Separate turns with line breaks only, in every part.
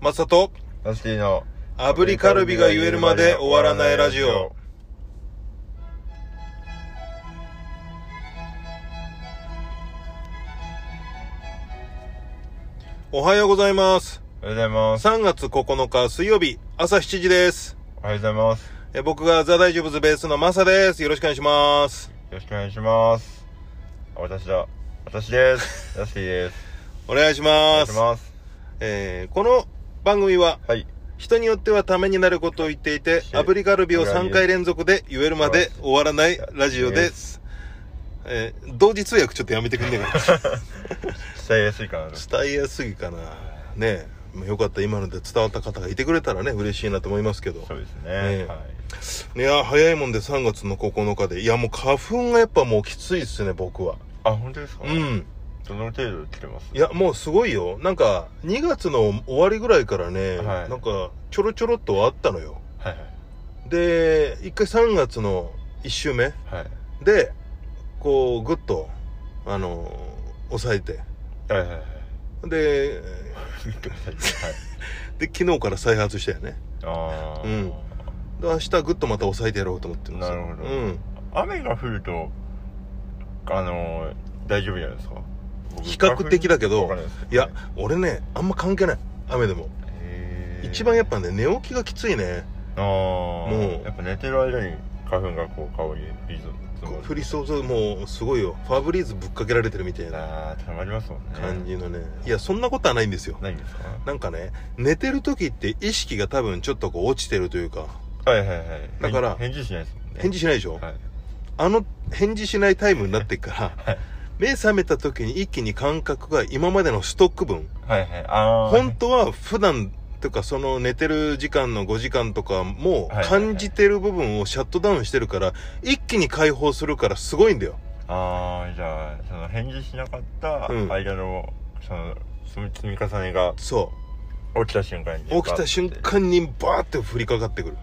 マサト、
ラスティの
炙りカルビが言えるまで終わらないラジオ。おはようございます。
おはようございます
3月9日水曜日、朝7時です。
おはようございますよ
え僕がザ・大丈夫ズベースのマサです。よろしくお願いします。
ろしくお願いしますあ私だ私で すラスティです
お願いし
お願
ま
いし
す。
ます
えーこの番組は、
はい
人によってはためになることを言っていて、
し
炙りカルビを3回連続で言えるまで終わらないラジオです。えー同時通訳ちょっとやめてくんねえかな。
伝えやすいからね
伝えやすいかな。ねえ。よかった、今ので伝わった方がいてくれたらね、嬉しいなと思いますけど。
そうですね
え
はい
いや、早いもんで3月の9日で。いや、もう花粉がやっぱもうきついっすね、僕は。
あ本当ですか
うん。
どの程度来てます
いや、もうすごいよ。なんか、2月の終わりぐらいからね、
はい
なんか、ちょろちょろっとあったのよ。
はい
で、一回3月の1週目
はいはい
で、こう、ぐっと、あの、抑えて。
はいはいはい
で、
見てくださいはい
で、昨日から再発したよね。
ああ
うんで、明日ぐっとまた抑えてやろうと思ってるんですよ
なるほど
うん。
雨が降るとあのー大丈夫じゃないですか僕
比較的だけど
わかんないです
いや、俺ね、あんま関係ない。雨でも。
へー
一番やっぱね、寝起きがきついね。
ああ
も
も
う
うやっぱ寝てる間に花粉がこう顔にビーズ
こう降りそうそう、もうすごいよ。ファブリーズぶっかけられてるみたいな
ああたまりますもんね
感じのね。いや、そんなことはないんですよ。
ないんですか
なんかね、寝てる時って意識が多分ちょっとこう落ちてるというか、
はいはいはい
だから
返事しないですもんね
返事しないでしょ、
はい
あの返事しないタイムになってっから、
はい
目覚めた時に一気に感覚が今までのストック分、
はいはいああ
本当は普段とかその寝てる時間の5時間とかも
はいはいはい
感じてる部分をシャットダウンしてるから、一気に解放するからすごいんだよ。
ああじゃあその返事しなかった
うん
間のその積み積み重ねが
そ
起きた瞬間に
う。起きた瞬間にバーって降りかかってくる。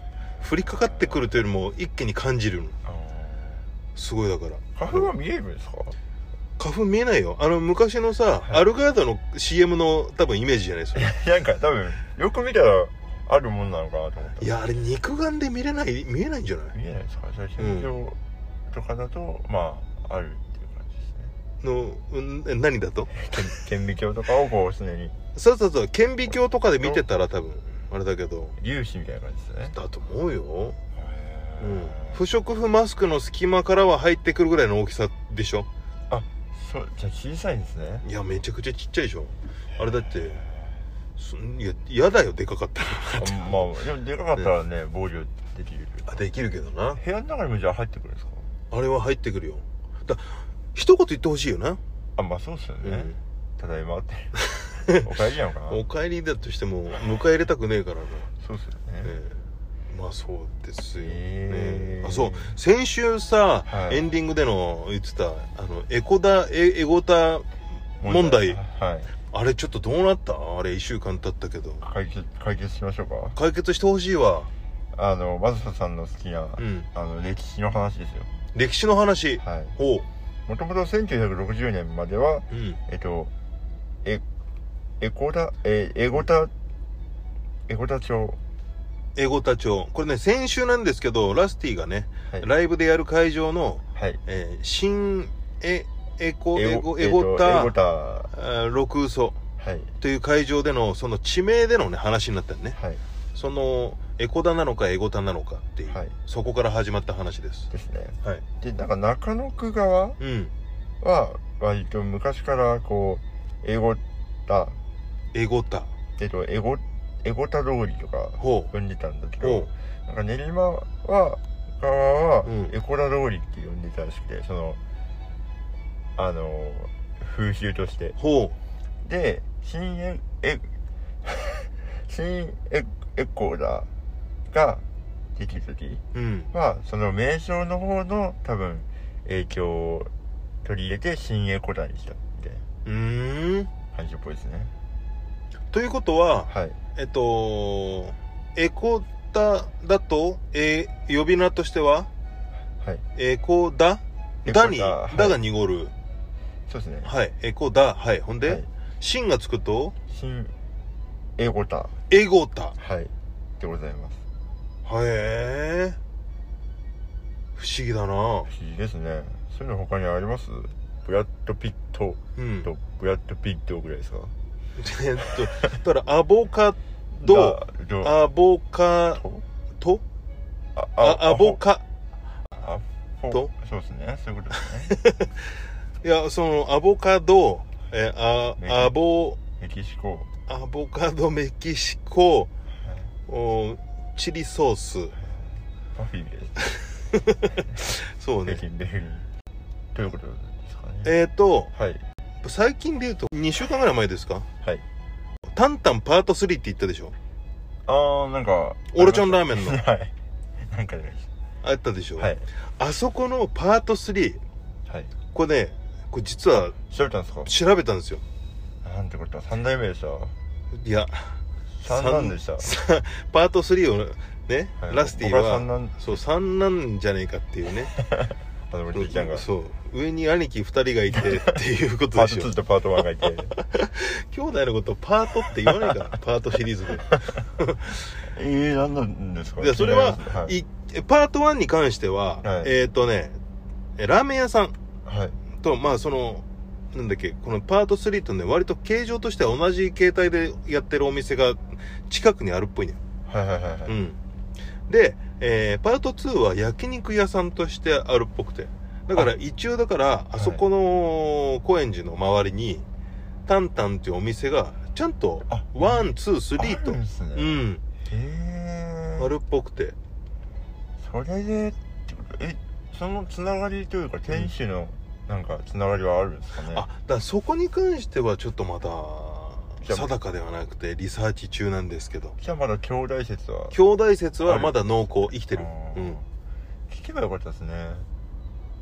降りかかってくるというよりも一気に感じるの。
あ
すごいだから。
ー花粉は見えるんですか
花粉見えないよ。あの、昔のさ、
はい
アルガードの CM の多分イメージじゃないですか。
なんか多分よく見たらあるもんなのかなと思った
いや、あれ肉眼で見れない、見えないんじゃない
見えないですかじゃあ
うん
身長とかだと、まああるっていう感
の、う
じですね
ん、え何だと
顕微鏡とかをこう常に
そうそうそう、顕微鏡とかで見てたら多分、あれだけど。
粒子みたいな感じですね
だと思うよ。うん。
ふ
不織布マスクの隙間からは入ってくるぐらいの大きさでしょ
そうじゃあ小さいんですね
いや、めちゃくちゃちっちゃいでしょあれだって、そいや、嫌だよ、でかかった
あまあでもでかかったらね防御できる
ら。あ、できるけどな。
部屋の中にもじゃあ入ってくるんですか
あれは入ってくるよ。だ、一言言ってほしいよな。
あまあそうっすよ
う
ね、
ん。
ただい まってお帰りなのかな
お帰りだとしても迎え入れたくねえからな、ね
そうっすよね
えまあそうですよね、
へー
あそう先週さ、
はい
エンディングでの言ってたあのエコダエエゴタ問題
はい
あれちょっとどうなったあれ1週間経ったけど
解決解決しましょうか
解決してほしいわ
あのマズサさんの好きな、
うん
あの歴史の話ですよ
歴史の話
はい
ほ
もともと1960年までは
ううん
えっとえエコダえエゴタエゴタ町
エゴタ町これね先週なんですけどラスティがね、
はい
ライブでやる会場の、
はい
えー新エエコエゴ
え
エ
っと
ゴタ、
エゴタは
あー六嘘
い
という会場でのその地名でのね話になったよね
はい
そのエコダなのかエゴタなのかっていう、
はい
そこから始まった話です
ですね
はい
でなんか中野区側
うん
は割と昔からこうエゴタ
エゴタ
えっとエゴエゴタ通りとか
ほう
呼んでたんだけ
ほ
どなんか練馬は側は
うん
エコラ通りって呼んでたらしくてそのあの風習として
うほ
で、新エ、え、 新エエコーダーができるとき
ううん
は、その名称の方の多分影響を取り入れて新エコーダーにしたみたいう
ーん
な感じっぽいですね。
ということは
はい。
えっとエコタだと、えー呼び名としては
はい。
エコダ
エコダ
ダに、
はい
ダが濁る
そうですね。
はいエコダはいほんで、
はい
シンがつくと
新エゴタ
エゴタ
はいでございます
へえ不思議だな
不思議ですねそういうの他にありますブラッド・ピット
うん
とブラッド・ピットぐらいですか
えっとだからアボカド
がど
アボカト
とあ
あアボカ
アボ
と
そうですねそういうことですね
いやそのアボカドえ
ね
あアボ
メキシコ、
アボカドメキシコおチリソース
パフィーです。
そう
北
ね
京ベルリン。ということですかね。
えっ、と
はい。
最近で言うと2週間ぐらい前ですか
はい。
タンタンパート3って言ったでしょ
あー、なんか。
オロチョンラーメンの
はい。なんかね。
あったでしょ、
はい。
あそこのパート3
はい。
これねこれ実は
調べたんですか
調べたんですよ
なんてことは三代目でした。
いや
三男でした。
さパート3をね、
はい
ラスティ
僕は
は
三男
そう三男じゃねえかっていうね
あの、おじいちゃんが。
そう上に兄貴2人がいてっていうこと
パ
で
ー
し
ト
ょ
2とパート1がいて。
兄弟のことをパートって言わないから パートシリーズで
えー、なんなんですか
でそれは
気になりますね
いパート1に関しては、
はい
えっ、とねえラーメン屋さん
はい。はい。
とまあそのなんだっけこのパート3とね割と形状としては同じ形態でやってるお店が近くにあるっぽいね
はいはいはいは
う
い。
ん、で、えーパート2は焼肉屋さんとしてあるっぽくてだから
あ
一応だからあそこの高円寺の周りにタンタンっていうお店がちゃんと
あ
ワンツースリー
あ
と
るんですね。
うん
へー。
あるっぽくて
それでってことえそのつながりというか天使のなんかつながりはあるんですかね、
あだからそこに関してはちょっとま
じ
だ
ゃあ
定かではなくてリサーチ中なんですけど
じゃあまだ兄弟説は
兄弟説はまだ濃厚生きてる
あ、
う
ー
ん、
聞けばよかったですね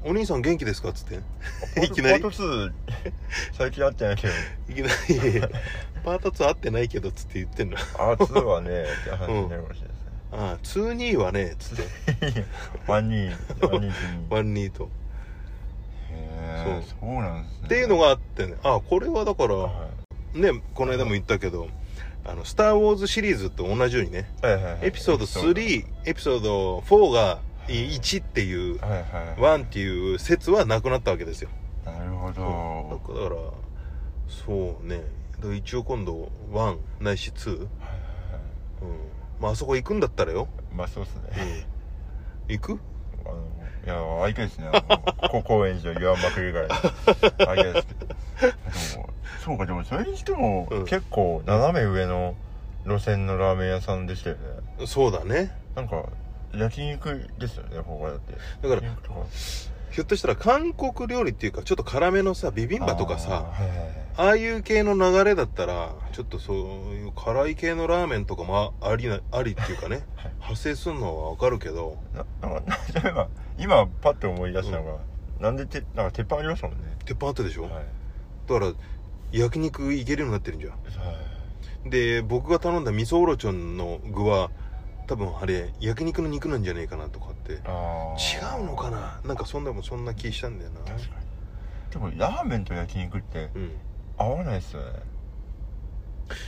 お兄さん元気ですかっつって いきなり
パート2最近会ってないけど
いきな りパート2合ってないけどっつって言ってんの
あー2はねって話になるかもしれない
ああ22はねつって
ですね ワンニー ワンニー
ワンニート
へー
そ
そうなんですね
っていうのがあってねあこれはだから
は
ねこの間も言ったけど「あのスター・ウォーズ」シリーズと同じようにね
いはいはいはい
エピソード3エピソード4が1っていう
はいはいはい
1っていう説はなくなったわけですよ
なるほ
だ
ど
からだからそうねだから一応今度1ないし2、うん
はいはいはい
まああそこ行くんだったらよ、
まあそうですね
うん、行く
あの、いや、相手ですね。あのこ高円寺の言わんばくりぐらいの。 相手ですけど。でも、そうか、でも、それにしても、
うん
結構、斜め上の路線のラーメン屋さんでしたよね。
そうだね
なんか、焼肉ですよね、ここだって。
だから
焼肉とか、
ひょっとしたら韓国料理っていうかちょっと辛めのさビビンバとかさ
あーはいはいはい
ああいう系の流れだったらちょっとそういう辛い系のラーメンとかもあありなありっていうかね、
はい
派生するのはわかるけど
ななんか、 そういえば今、パッと思い出したのが、なんでて、なんか、鉄板ありましたもんね。
鉄板あったでしょ、
はい。はい
だから焼肉いけるようになってるんじゃんで僕が頼んだ味噌オロチョンの具は多分あれ焼肉の肉なんじゃねえかなとかって違
あー
うのかななんかそんなもんそんな気したんだよな
確かに。でも、ラーメンと焼肉って、
うん
合わないっすよね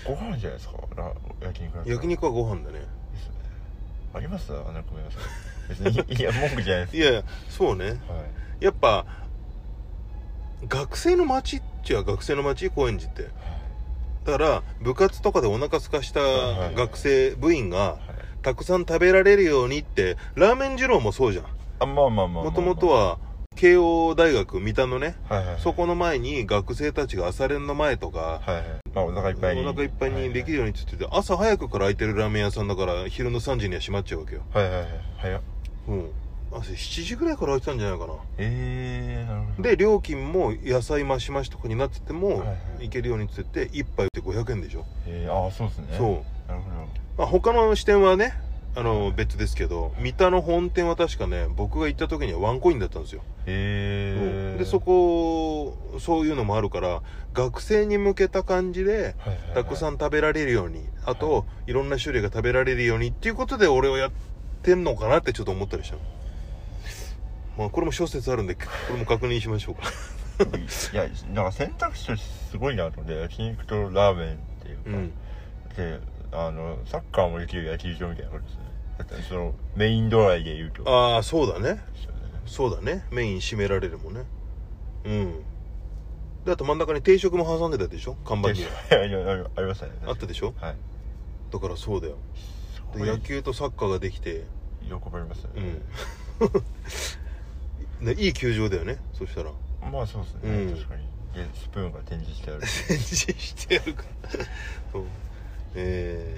ご飯じゃないですかラ焼肉だったら
焼肉はご飯だね
ですねありますあのごめんなさい 別にいや文句じゃないです
いやいやそうね
はい
やっぱ学生の街っちゃ学生の街高円寺ってだから部活とかでお腹空かした
はい
学生部員が
はい
たくさん食べられるようにってラーメン二郎もそうじゃん
あまあまあまあ
もともとは慶応大学三田のね
はいはいはい
そこの前に学生たちが朝練の前とか
はいはいまあお腹いっ
お
ぱいに
腹いっぱいにできるようにって言ってて朝早くから空いてるラーメン屋さんだから昼の3時には閉まっちゃうわけよ
はいはいはい早っ
うん朝7時ぐらいから空いてたんじゃないかな
えーなるほど
で料金も野菜増し増しとかになってても、
はいいはい
けるようにつってて1杯って500円でしょ、
えーああそうですね
そう
なるほど
まあ、他の支店はねあの別ですけど三田の本店は確かね僕が行った時にはワンコインだったんですよ、
え
うん
ー
でそこそういうのもあるから学生に向けた感じで
はいはいはい
たくさ
ん
ん食べられるようにあといろんな種類が食べられるようにっていうことで俺をやってんのかなってちょっと思ったりしたのまあこれも諸説あるんでこれも確認しましょうか
いやなんか選択肢としてすごいなと思って焼肉とラーメンっていうか
うん
であのサッカーもできる野球場みたいなことですねだってそのメインドライで言うと
ああそうだね
ですよね
そうだねメイン締められるもんねうんであと真ん中に定食も挟んでたでしょ看板には
でいや ありありましたね
あったでしょ
はい
だからそうだよで
これ
野球とサッカーができて
横ばりますね、
うん ねいい球場だよねそしたら
まあそうですね、
うん
確かにでスプーンが展示し てある
展示してやるからそうえ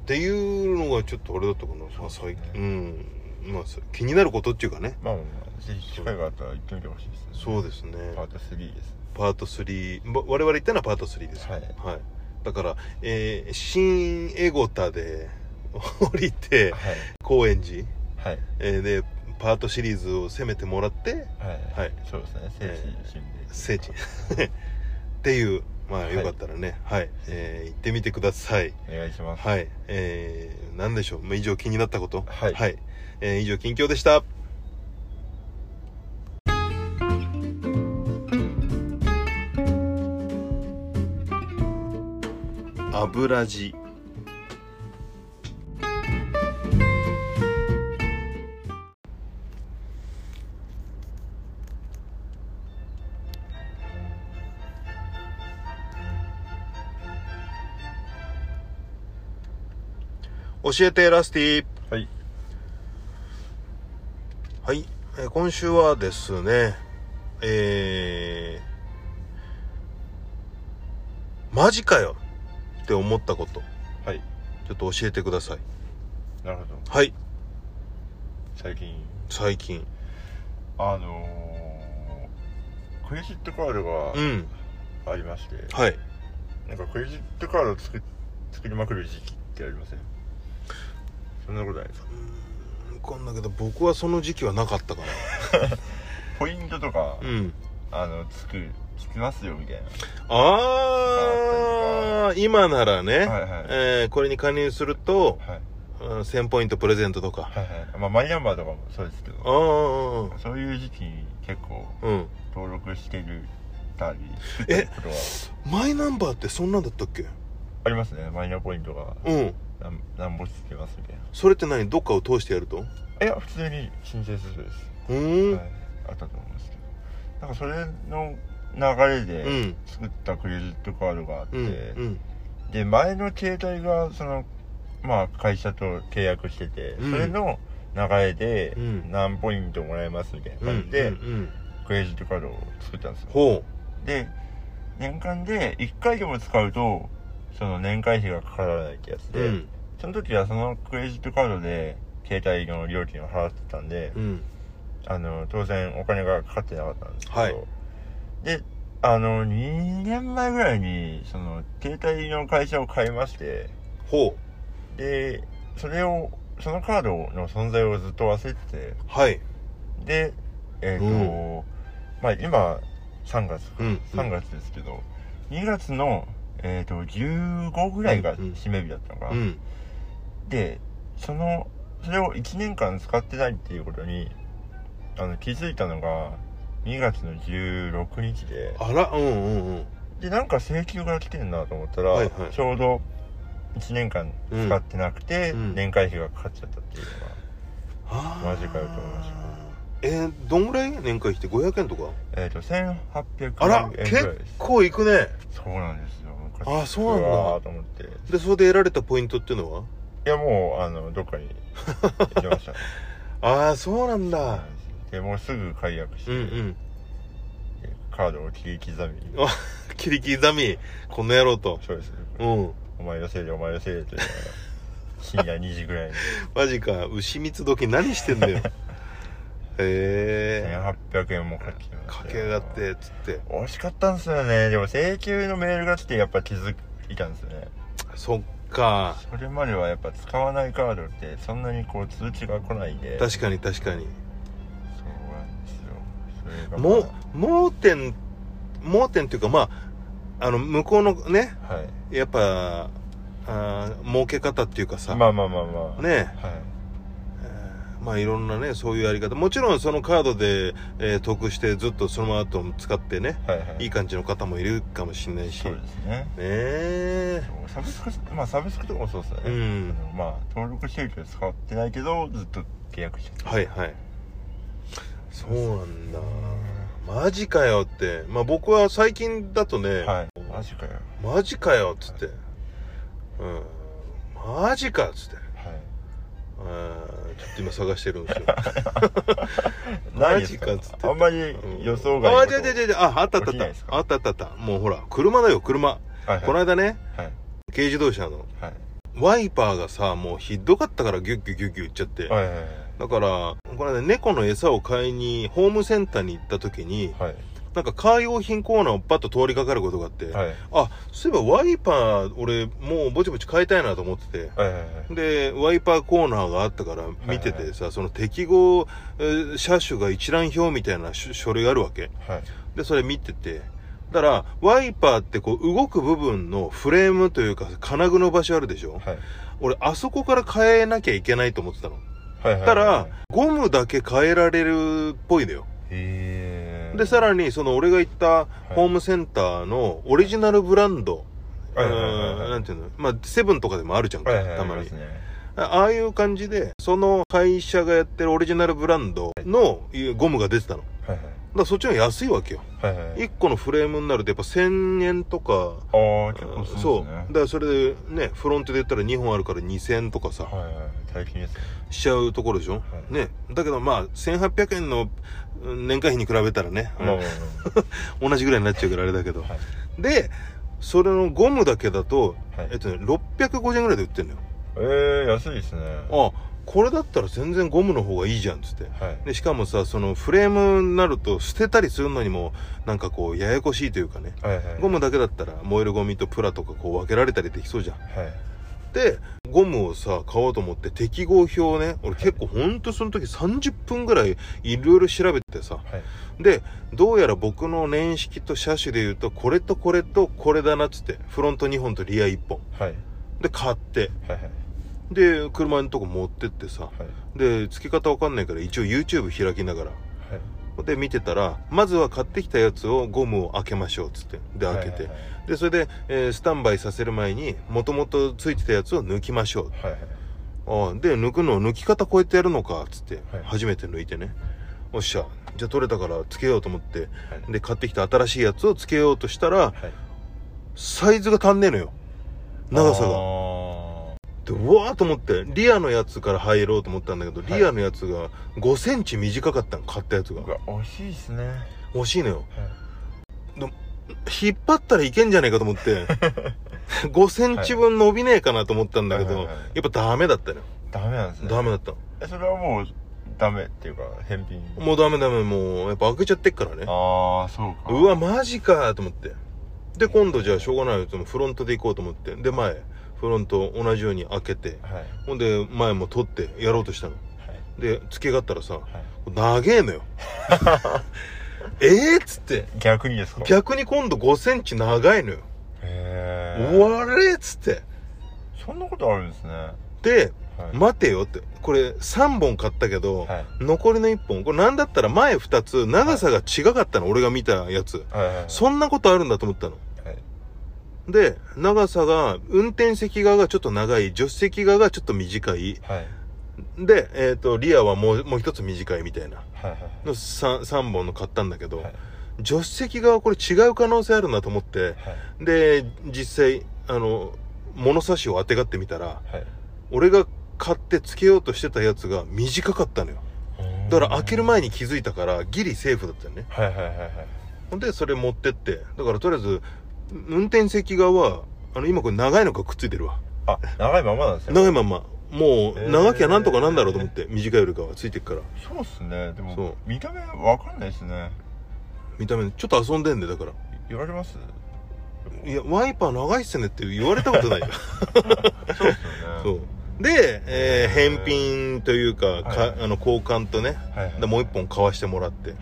ー、っていうのがちょっとあれだったかな、まあ、
そう
最
ですね
近うんまあそ気になることっていうかね
まあまあまあぜひ機会があったら行ってみてほしいですね
そうですね
パート3です
パート3ま我々言ったのはパート3です
はい
はい、だから、えー、新エゴタで 降りて
はい
高円寺、
はい
えーでパートシリーズを攻めてもらって
はい、
はい
そうですね聖地巡礼
聖地 っていうまあ
はい
よかったらねはい、えー行ってみてください
お願いします
はいえー、何でしょうまあ以上気になったこと
はい
えー以上近況でした油地教えてラスティ
はい
はい、えー今週はですね、えー、マジかよって思ったこと、
はい
ちょっと教えてください。
なるほど
はい、
最近
最近。
あのー、クレジットカード
う
が
ん、
ありまして、
はい。
なんかクレジットカードを作作りまくる時期ってありませんそんなことないですか
こんだけど僕はその時期はなかったか
ポイントとか、
な。うん。
あのつくつきますよみたい
あー、今ならね、
なはいはいはい
えー、これに加入すると、
はい
うん1000ポイントプレゼントとか。
はいまあマイナンバーとかもそうですけ
あ
ど
ー、
そういう時期に結構
うん。
登録してるたり
え
ってことは
マイナンバーってそんなんだったっけ
ありますねマイナポイントが
うん。
なんなんぼつきますみたいな
それって何どっかを通してやると
いや普通に申請するです
うーん、
はい、あったと思うんですけどなんかそれの流れ
う
で
ん
作ったクレジットカードがあって、
うんうん
で前の携帯がその、まあ、会社と契約してて、
うん
それの流れで
うん
何ポイントもらえますみたいな
うんう
感
ん
じで、
うん
クレジットカードを作ったんですよ
ほ
で年間で1回でも使うとその年会費がかからないってやつ
うう
で、
ん
その時はそのクレジットカードで携帯の料金を払ってたんで、
うん
あの当然お金がかかってなかったんですけど、
はい
であの2年前ぐらいにその携帯の会社を変えまして
ほ
でそれをそのカードの存在をずっと忘れてて
うはい
でえっ、と、
う
まあ今3月か、
うん
3月ですけど2月の、えっと15ぐらいが締め日だったのかな、
うん
でそのそれを1年間使ってないっていうことにあの気づいたのが2月の16日で
あらうんうんうん
でなんか請求が来てんなと思ったら、
はいはい
ちょうど1年間使ってなくて、
うんうん
年会費がかかっちゃったっていうのが
あー
マジかよと思いまし
えー、どんぐらい年会費って500円とか
えっ、と
あら
1800円ぐらいです
結構いくね
そうなんですよ
あそうなんだ
うわーと思ってい
でそれで得られたポイントっていうのは
やもうあのどっかに行ってました
ああそうなん だ
でもうすぐ解約して、
うんうん
でカードを切り刻み
あ切り刻みこの野郎と
そうですね
うん
お前のせいでお前のせいでって言いながら深夜2時ぐらいに
マジか牛蜜時何してんだ よへえ
1800円もかけ上がって
駆け上がってっつって
惜しかったんですよねでも請求のメールが来てやっぱ気づいたんですよね
そっか
それまではやっぱ使わないカードってそんなにこう通知が来ないんで
確かに確かに
そうなんですよそれがまあ
も盲点盲点っていうかまああの向こうのね
はい
やっぱあー儲け方っていうかさ、
まあまあまあまあ
ね
はい
えーまあいろんなねそういうやり方もちろんそのカードで、えー得してずっとそのままと使ってね
はいはい
いい感じの方もいるかもしれないし
そう
ね
ですね
え
サブスクまあサブスクとかもそうですよね、
うん
あのまあ登録してるけど使ってないけどずっと契約してた
はいはいそうなんだマジかよってまあ僕は最近だとね、
はいマジかよ
マジかよっつって、うんマジかっつって
はい
あーちょっと今探してるんですよ
ない
マ
です
ジかっつって
あんまり予想外
あ
の
あ違う違う違うああったあったあ
起き
っ
ないです
た
か
あったあったあったもうほら車だよ車
はいはい
この間ね
はい
軽自動車の
はい
ワイパーがさもうひどかったからギュッギュッギュッギュッ言っちゃって、
はいはい
だからこの間猫の餌を買いにホームセンターに行った時に
はい
なんかカー用品コーナーをパッと通りかかることがあって、
はいはい
あそういえばワイパー俺もうぼちぼち買いたいなと思ってて
はいはいはい
でワイパーコーナーがあったから見ててさ、その適合、えー車種が一覧表みたいな書書類があるわけ
はい
でそれ見ててだからワイパーってこう動く部分のフレームというか金具の場所あるでしょ
はい
俺あそこから変えなきゃいけないと思ってたの
はいはい
たら
はい
ゴムだけ変えられるっぽいのよ
へえ
でさらにその俺が行ったホームセンターのオリジナルブランド、
はいはいはいはい
うんなんていうのまあセブンとかでもあるじゃんか、
はいはいはい
たま
あり
に
すね
あああいう感じで、その会社がやってるオリジナルブランドのいうゴムが出てたの。だか
はい
らそっちの方が安いわけよ。
はいはいはい
1個のフレームになるとやっぱ1000円とか、
ああ結構す
そ
る
う。だ
んですね
からそれでね、フロントで言ったら2本あるから2000とかさ、
はいはい大金ですね
しちゃうところでしょ、
い
ね。だけどまあ、1800円のうん年会費に比べたらね、
まあまあま
同じぐらいになっちゃうからあれだけど。
あまあはい
で、それのゴムだけだと、
はい
えっとね、650円ぐらいで売ってんのよ。
ええ安いですねは
あ、これだったら全然ゴムの方がいいじゃんっつって。
い
でしかもさそのフレームになると捨てたりするのにもなんかこうややこしいというかね
はいはい
ゴムだけだったら燃えるゴミとプラとかこう分けられたりできそうじゃん
はい
でゴムをさ買おうと思って適合表をね俺結構ほんとその時30分ぐらいいろいろ調べてさ
はい
でどうやら僕の年式と車種で言うとこれとこれとこれだなっつってフロント2本とリア1本
はい
で買って
はいはい
で車のとこ持ってってさ
はい
で付け方わかんないから一応 YouTube 開きながら
はい
で見てたらまずは買ってきたやつをゴムを開けましょうっつってで開けて、
はい
でそれで、えースタンバイさせる前にもともとついてたやつを抜きましょう
はいはい
ああで抜くのを抜き方こうやってやるのかっつって、
はい
初めて抜いてねおっしゃじゃあ取れたからつけようと思って
はい
で買ってきた新しいやつをつけようとしたら
はい
サイズが足んねえのよ長さが
が
でうわーと思ってリアのやつから入ろうと思ったんだけど、
はい
リアのやつが5センチ短かったの買ったやつが
うわ惜しいですねは
惜しいのよ
い
引っ張ったらいけんじゃねえかと思 って、5センチ分伸びねえかなと思ったんだけど、
はいはいはいはい
やっぱダメだったよ。
ダメなんですね
ダメだったの。
えそれはもうダメっていうか返品
もうダメダメ、もう、やっぱ開けちゃってっからね。
ああそうか
うわ、マジかと思って。で、今度じゃあしょうがないよ。そのフロントで行こうと思って。で、前、フロント同じように開けて。
はいはい
ほんで、前も取ってやろうとしたの。で、付けがったらさ、
はい
長え のよ。えーっつって。
逆にですかへ
逆に今度5センチ長いのよ。
え
うわれっつって。
そんなことあるんですねは
で、
い
待てよってこれ3本買ったけど、
はい
残りの1本これなんだったら前2つ長さが違かったの、俺が見たやつ
はいはい
そんなことあるんだと思ったの
はい
で長さが運転席側がちょっと長い助手席側がちょっと短い
はい
で、えっとリアはもうもう1つ短いみたいな
はいはい
の 3, 三本の買ったんだけど、
はい
助手席側これ違う可能性あるなと思って
はい
で実際あの物差しを当てがってみたら
はい
俺が買ってつけようとしてたやつが短かったのよだから開ける前に気づいたからギリセーフだったよね
はいはいはいはい
ほんでそれ持ってってだからとりあえず運転席側はあの今これ長いのがくっついてるわ
あ長いままなんですね
長いまんまも
へ
う
ー
長きゃなんとかなんだろうと思って短いよりかはついてるから
そうっすねで
そ
も
う
見た目わかんないですね
見た目ちょっと遊んでんでだから
言われます
いやワイパー長いっすねって言われたことない よ
そうっすよね
そうで、えー
へー
返品というかか、
はい
あの交換とね
はいはい
でもう一本買わしてもらって
はい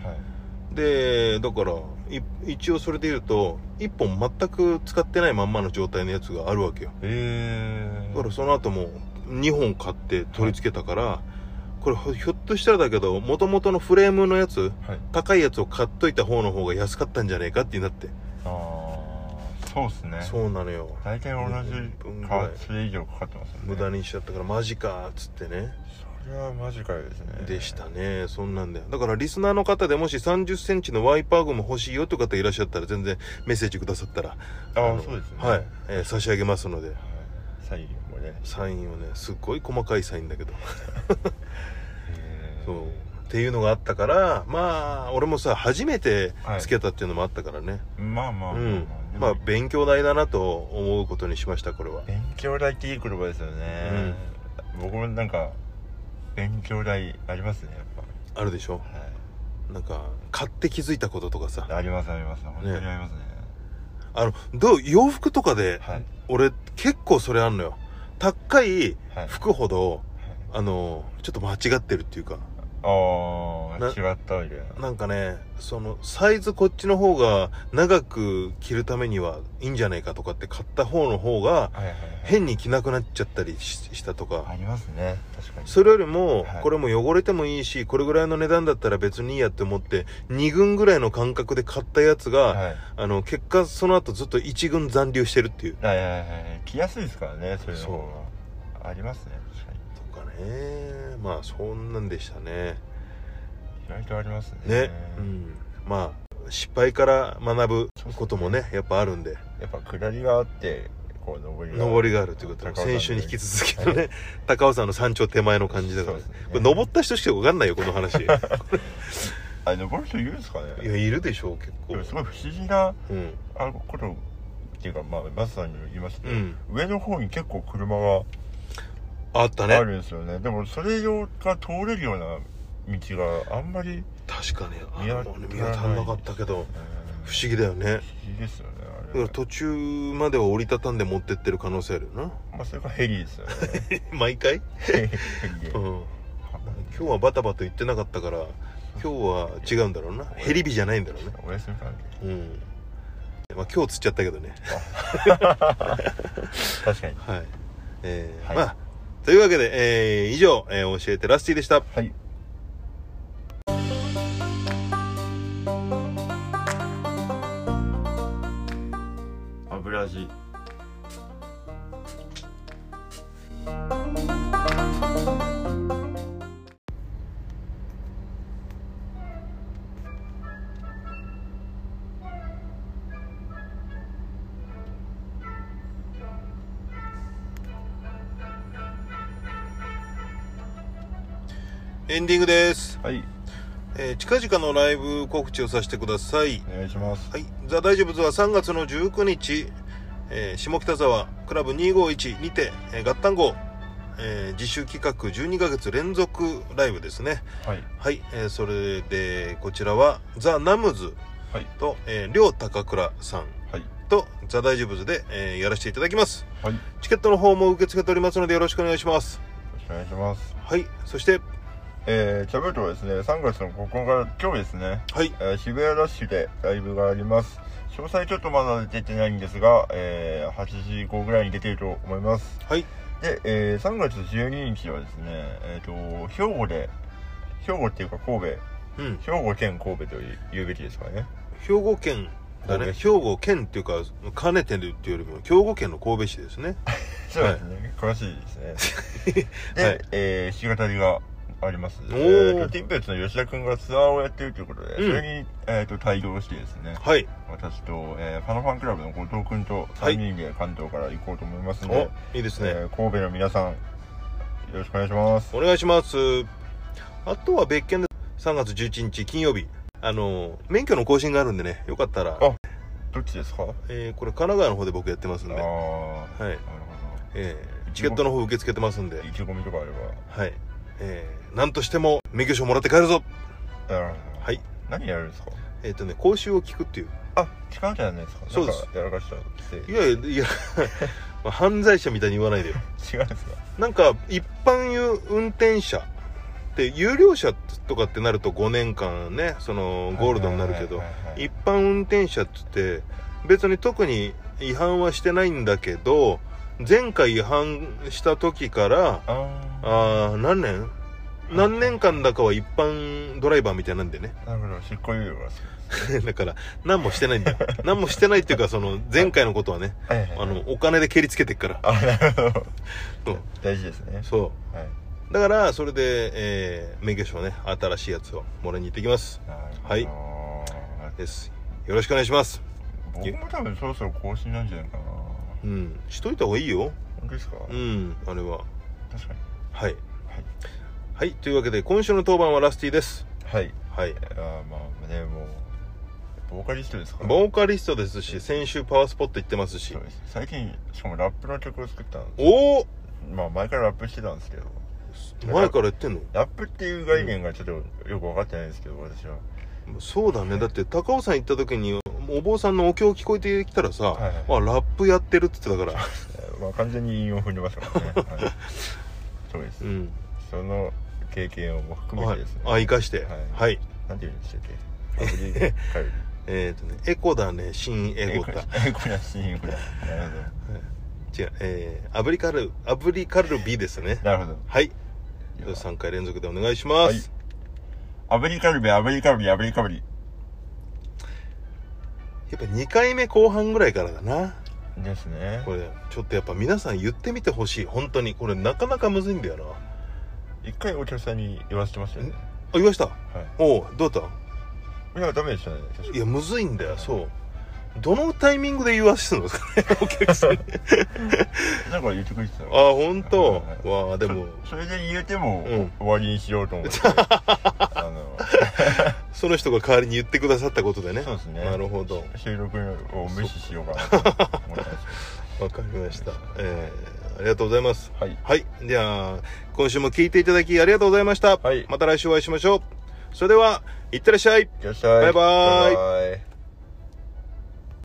でだからい一応それで言うと一本全く使ってないまんまの状態のやつがあるわけよ
ええ
だからその後も2本買って取り付けたから、これひょっとしたらだけど元々のフレームのやつ
はい
高いやつを買っといた方の方が安かったんじゃねえかってなって、
ああそうっすね
そうなのよ
大体同
20分ぐ
じ
らい
かそれ以上かかってますもんね
無駄にしちゃったからマジかっつってね
それはマジかよですね
でしたねそんなんだよだからリスナーの方でもし3 0センチのワイパーグも欲しいよという方いらっしゃったら全然メッセージくださったら
あ
の
あそうですね
はい、えー差し上げますので
サインもね
サインをねすっごい細かいサインだけど
へー
そうっていうのがあったからまあ俺もさ初めてつけたっていうのもあったからね、
まあまあまあ
うん
で
ま
も
あ勉強代だなと思うことにしましたこれは
勉強代っていい言葉ですよね、僕もなんか勉強代ありますねやっ
あるでしょ
ぱ、は
なんか買って気づいたこととかさ
い、ありますあります本当にありますね
あのどう洋服とかで
はい
俺結構それあんのよ高い
はい、
服ほどあのちょっと間違ってるっていうか
はい、あ
な
あ違ったわけだ
なんかねそのサイズこっちの方が長く着るためにはいいんじゃないかとかって買った方の方が
はいはいはい
変に着なくなっちゃったりししたとか
ありますね確かに
それよりも
はい
これも汚れてもいいしこれぐらいの値段だったら別にいいやって思って2軍ぐらいの感覚で買ったやつ
は
が
い
あの結果その後ずっと1軍残留してるっていう
はいはいはい着やすいですからねそういうの方がありますね確かに
とかねまあそんなんでしたね
意外とありますね
ねうんまあ失敗から学ぶこともねやっぱあるんで
やっぱ下りがあってこう上りが
登りがあるということで
高尾山
先
の
週に引き続きのね高尾山の山頂手前の感じだから
そうですね
これ登った人しか分かんないよこの話 いや
あれ登る人いるんですかね
いるでしょう結
でもす
構
ごい不思議な
うん
あことっていうかまあマスさんにも言いましたけど、
うん
上の方に結構車が
あった
あ
ね
るんですよねでもそれ用が通れるような道があんまり、
確かにあ
見当
の見当たらなかったけど不思議だよね
不思議ですよね
だ
あ
か
れ
ら途中までは折りたたんで持ってってる可能性あるよな
まあそれがヘリですよね
毎回
ヘリで、
うん今日はバタバタ言ってなかったから今日は違うんだろうなヘリビじゃないんだろうね
お休み 関
うんまあ今日釣っちゃったけどね
係確かに
はい。えー
はい
まあ、というわけで、えー以上、えー教えてラスティでした。
はい油味
エンディングです。
はい
えー近々のライブ告知をさせてください。
お願いします
はい。ザ・大丈夫ズは3月の19日、えー下北沢クラブ251にて、えー合単号、えー自主企画12ヶ月連続ライブですね。
はい
はい。えーそれで、こちらは、ザ・ナムズ
はい
と、えー、りょうたかくらさん
はい
と、ザ・大丈夫ズで、えーやらせていただきます。
はいよ
チケットの方も受け付けておりますのでよろしくお願いします。
ろしくお願いします
はい。そして、
えー、チャブートはですね3月のここが今日ですね、
はい。
えー、渋谷ラッシュでライブがあります詳細ちょっとまだ出てないんですが、えー、8時以降ぐらいに出ていると思います
はい。
で、えー、3月12日はですねえっ、と兵庫で兵庫っていうか神戸
うん。
兵庫県神戸と言うべきですかね
兵庫県だね。
神戸市
兵庫県っていうか、兼ねてるっていうよりも、兵庫県の神戸市ですね。
そうですね、詳しいです ねで、
はい
えー、弾き語りがあります
おー
えーとティンペッツの吉田君がツアーをやってるということで、
うん
それに、えー、と対応してですね
はい。
私と、えー、ファノファンクラブの後藤君と
はい
3人で関東から行こうと思いますので、
お、いいですね。
えー神戸の皆さんよろしくお願いします
お願いします。あとは別件で、3月11日金曜日。あの、免許の更新があるんでね、よかったら、
あどっちですかあ
えーこれ神奈川の方で僕やってますん
あー
で、はい
なるほ
えーチケットの方受け付けてますんで
ど意、気込みとかあれ
はい。えー、なんとしても免許証もらって帰るぞ
ばなるほど
はい。
何やるんですか
えっ、とね、講習を聞くっていう。
あ違うんじゃないですか
そうです
なんかやらかしちゃって
いやいや、い やまあ犯罪者みたいに言わないでよ。
違うんですか
なんか一般運転者って有料車とかってなると5年間ねその ゴールドになるけど
はいはいはいはい
一般運転者っつって別に特に違反はしてないんだけど前回違反した時から
あー
あー何年何年間だかは一般ドライバーみたいなんでね
なるほど執行猶予が
だから何もしてないんだよ何もしてないっていうかその前回のことはね
はいはいはい
あのお金で蹴りつけてっから
あなるほど
そう
大事ですね
そ
はい、
うだからそれで、えー免許証ね新しいやつをもらいに行ってきます
なるほど
ですよろしくお願いします
僕も多分そろそろ更新なんじゃないかな
う
本
んしといた方がいいよ
当ですか、
うんあれは
確かに
はい
はい
はいというわけで今週の当番はラスティです
はい
はい
あまあねもうボーカリストですから
ボーカリストですし先週パワースポット行ってますし
そうです最近しかもラップの曲を作ったんです
おお
まあ前からラップしてたんですけど
前から言ってんの
ラップっていう概念がちょっとよく分かってないんですけど私は
そうだねだって高尾山行った時にお坊さんのお経聞こえてきたらさ、
はいは
あ
い
ラップやってるって言ってたから
えーまあ完全に韻を踏んでますからね、 はいそうです、
うん、
その経験をも含め
は
て
い
ですね、
あ生かしては
はいい、なんて言うんでしたっけアプリ カル
えっ、とねエコだね新エコだ
エコだしエコだなるほ
違うえー、アブリカルアブリカルビですね
どなるほど
はい
では
3回連続でお願いします、
アブリカルビアブリカルビアブリカルビ
やっぱ2回目後半ぐらいからだな
ですね
これちょっとやっぱ皆さん言ってみてほしい本当にこれなかなかむずいんだよなあ
一回お客さんに言わせてましたよね
言いました
は
おうどうだっ
いいやダメでしたね確
た
か
いやむずいんだよそうどのタイミングで言わせるのお客 さんに
なんか言ってくれてたよ
あ本当
はいはい
わあでも
そそれで言えても、
うん
終わりにしようと思って あの
その人が代わりに言ってくださったことでね
そうですね
なるほど
収録を無視しようかなと思ったんで す
わかりましたえー、ありがとうございます
けどはい
はいじゃあ今週も聞いていただきありがとうございました、
はい
また来週お会いしましょうそれではいってらっしゃい
いらっしゃい
バイバイ
バイバイ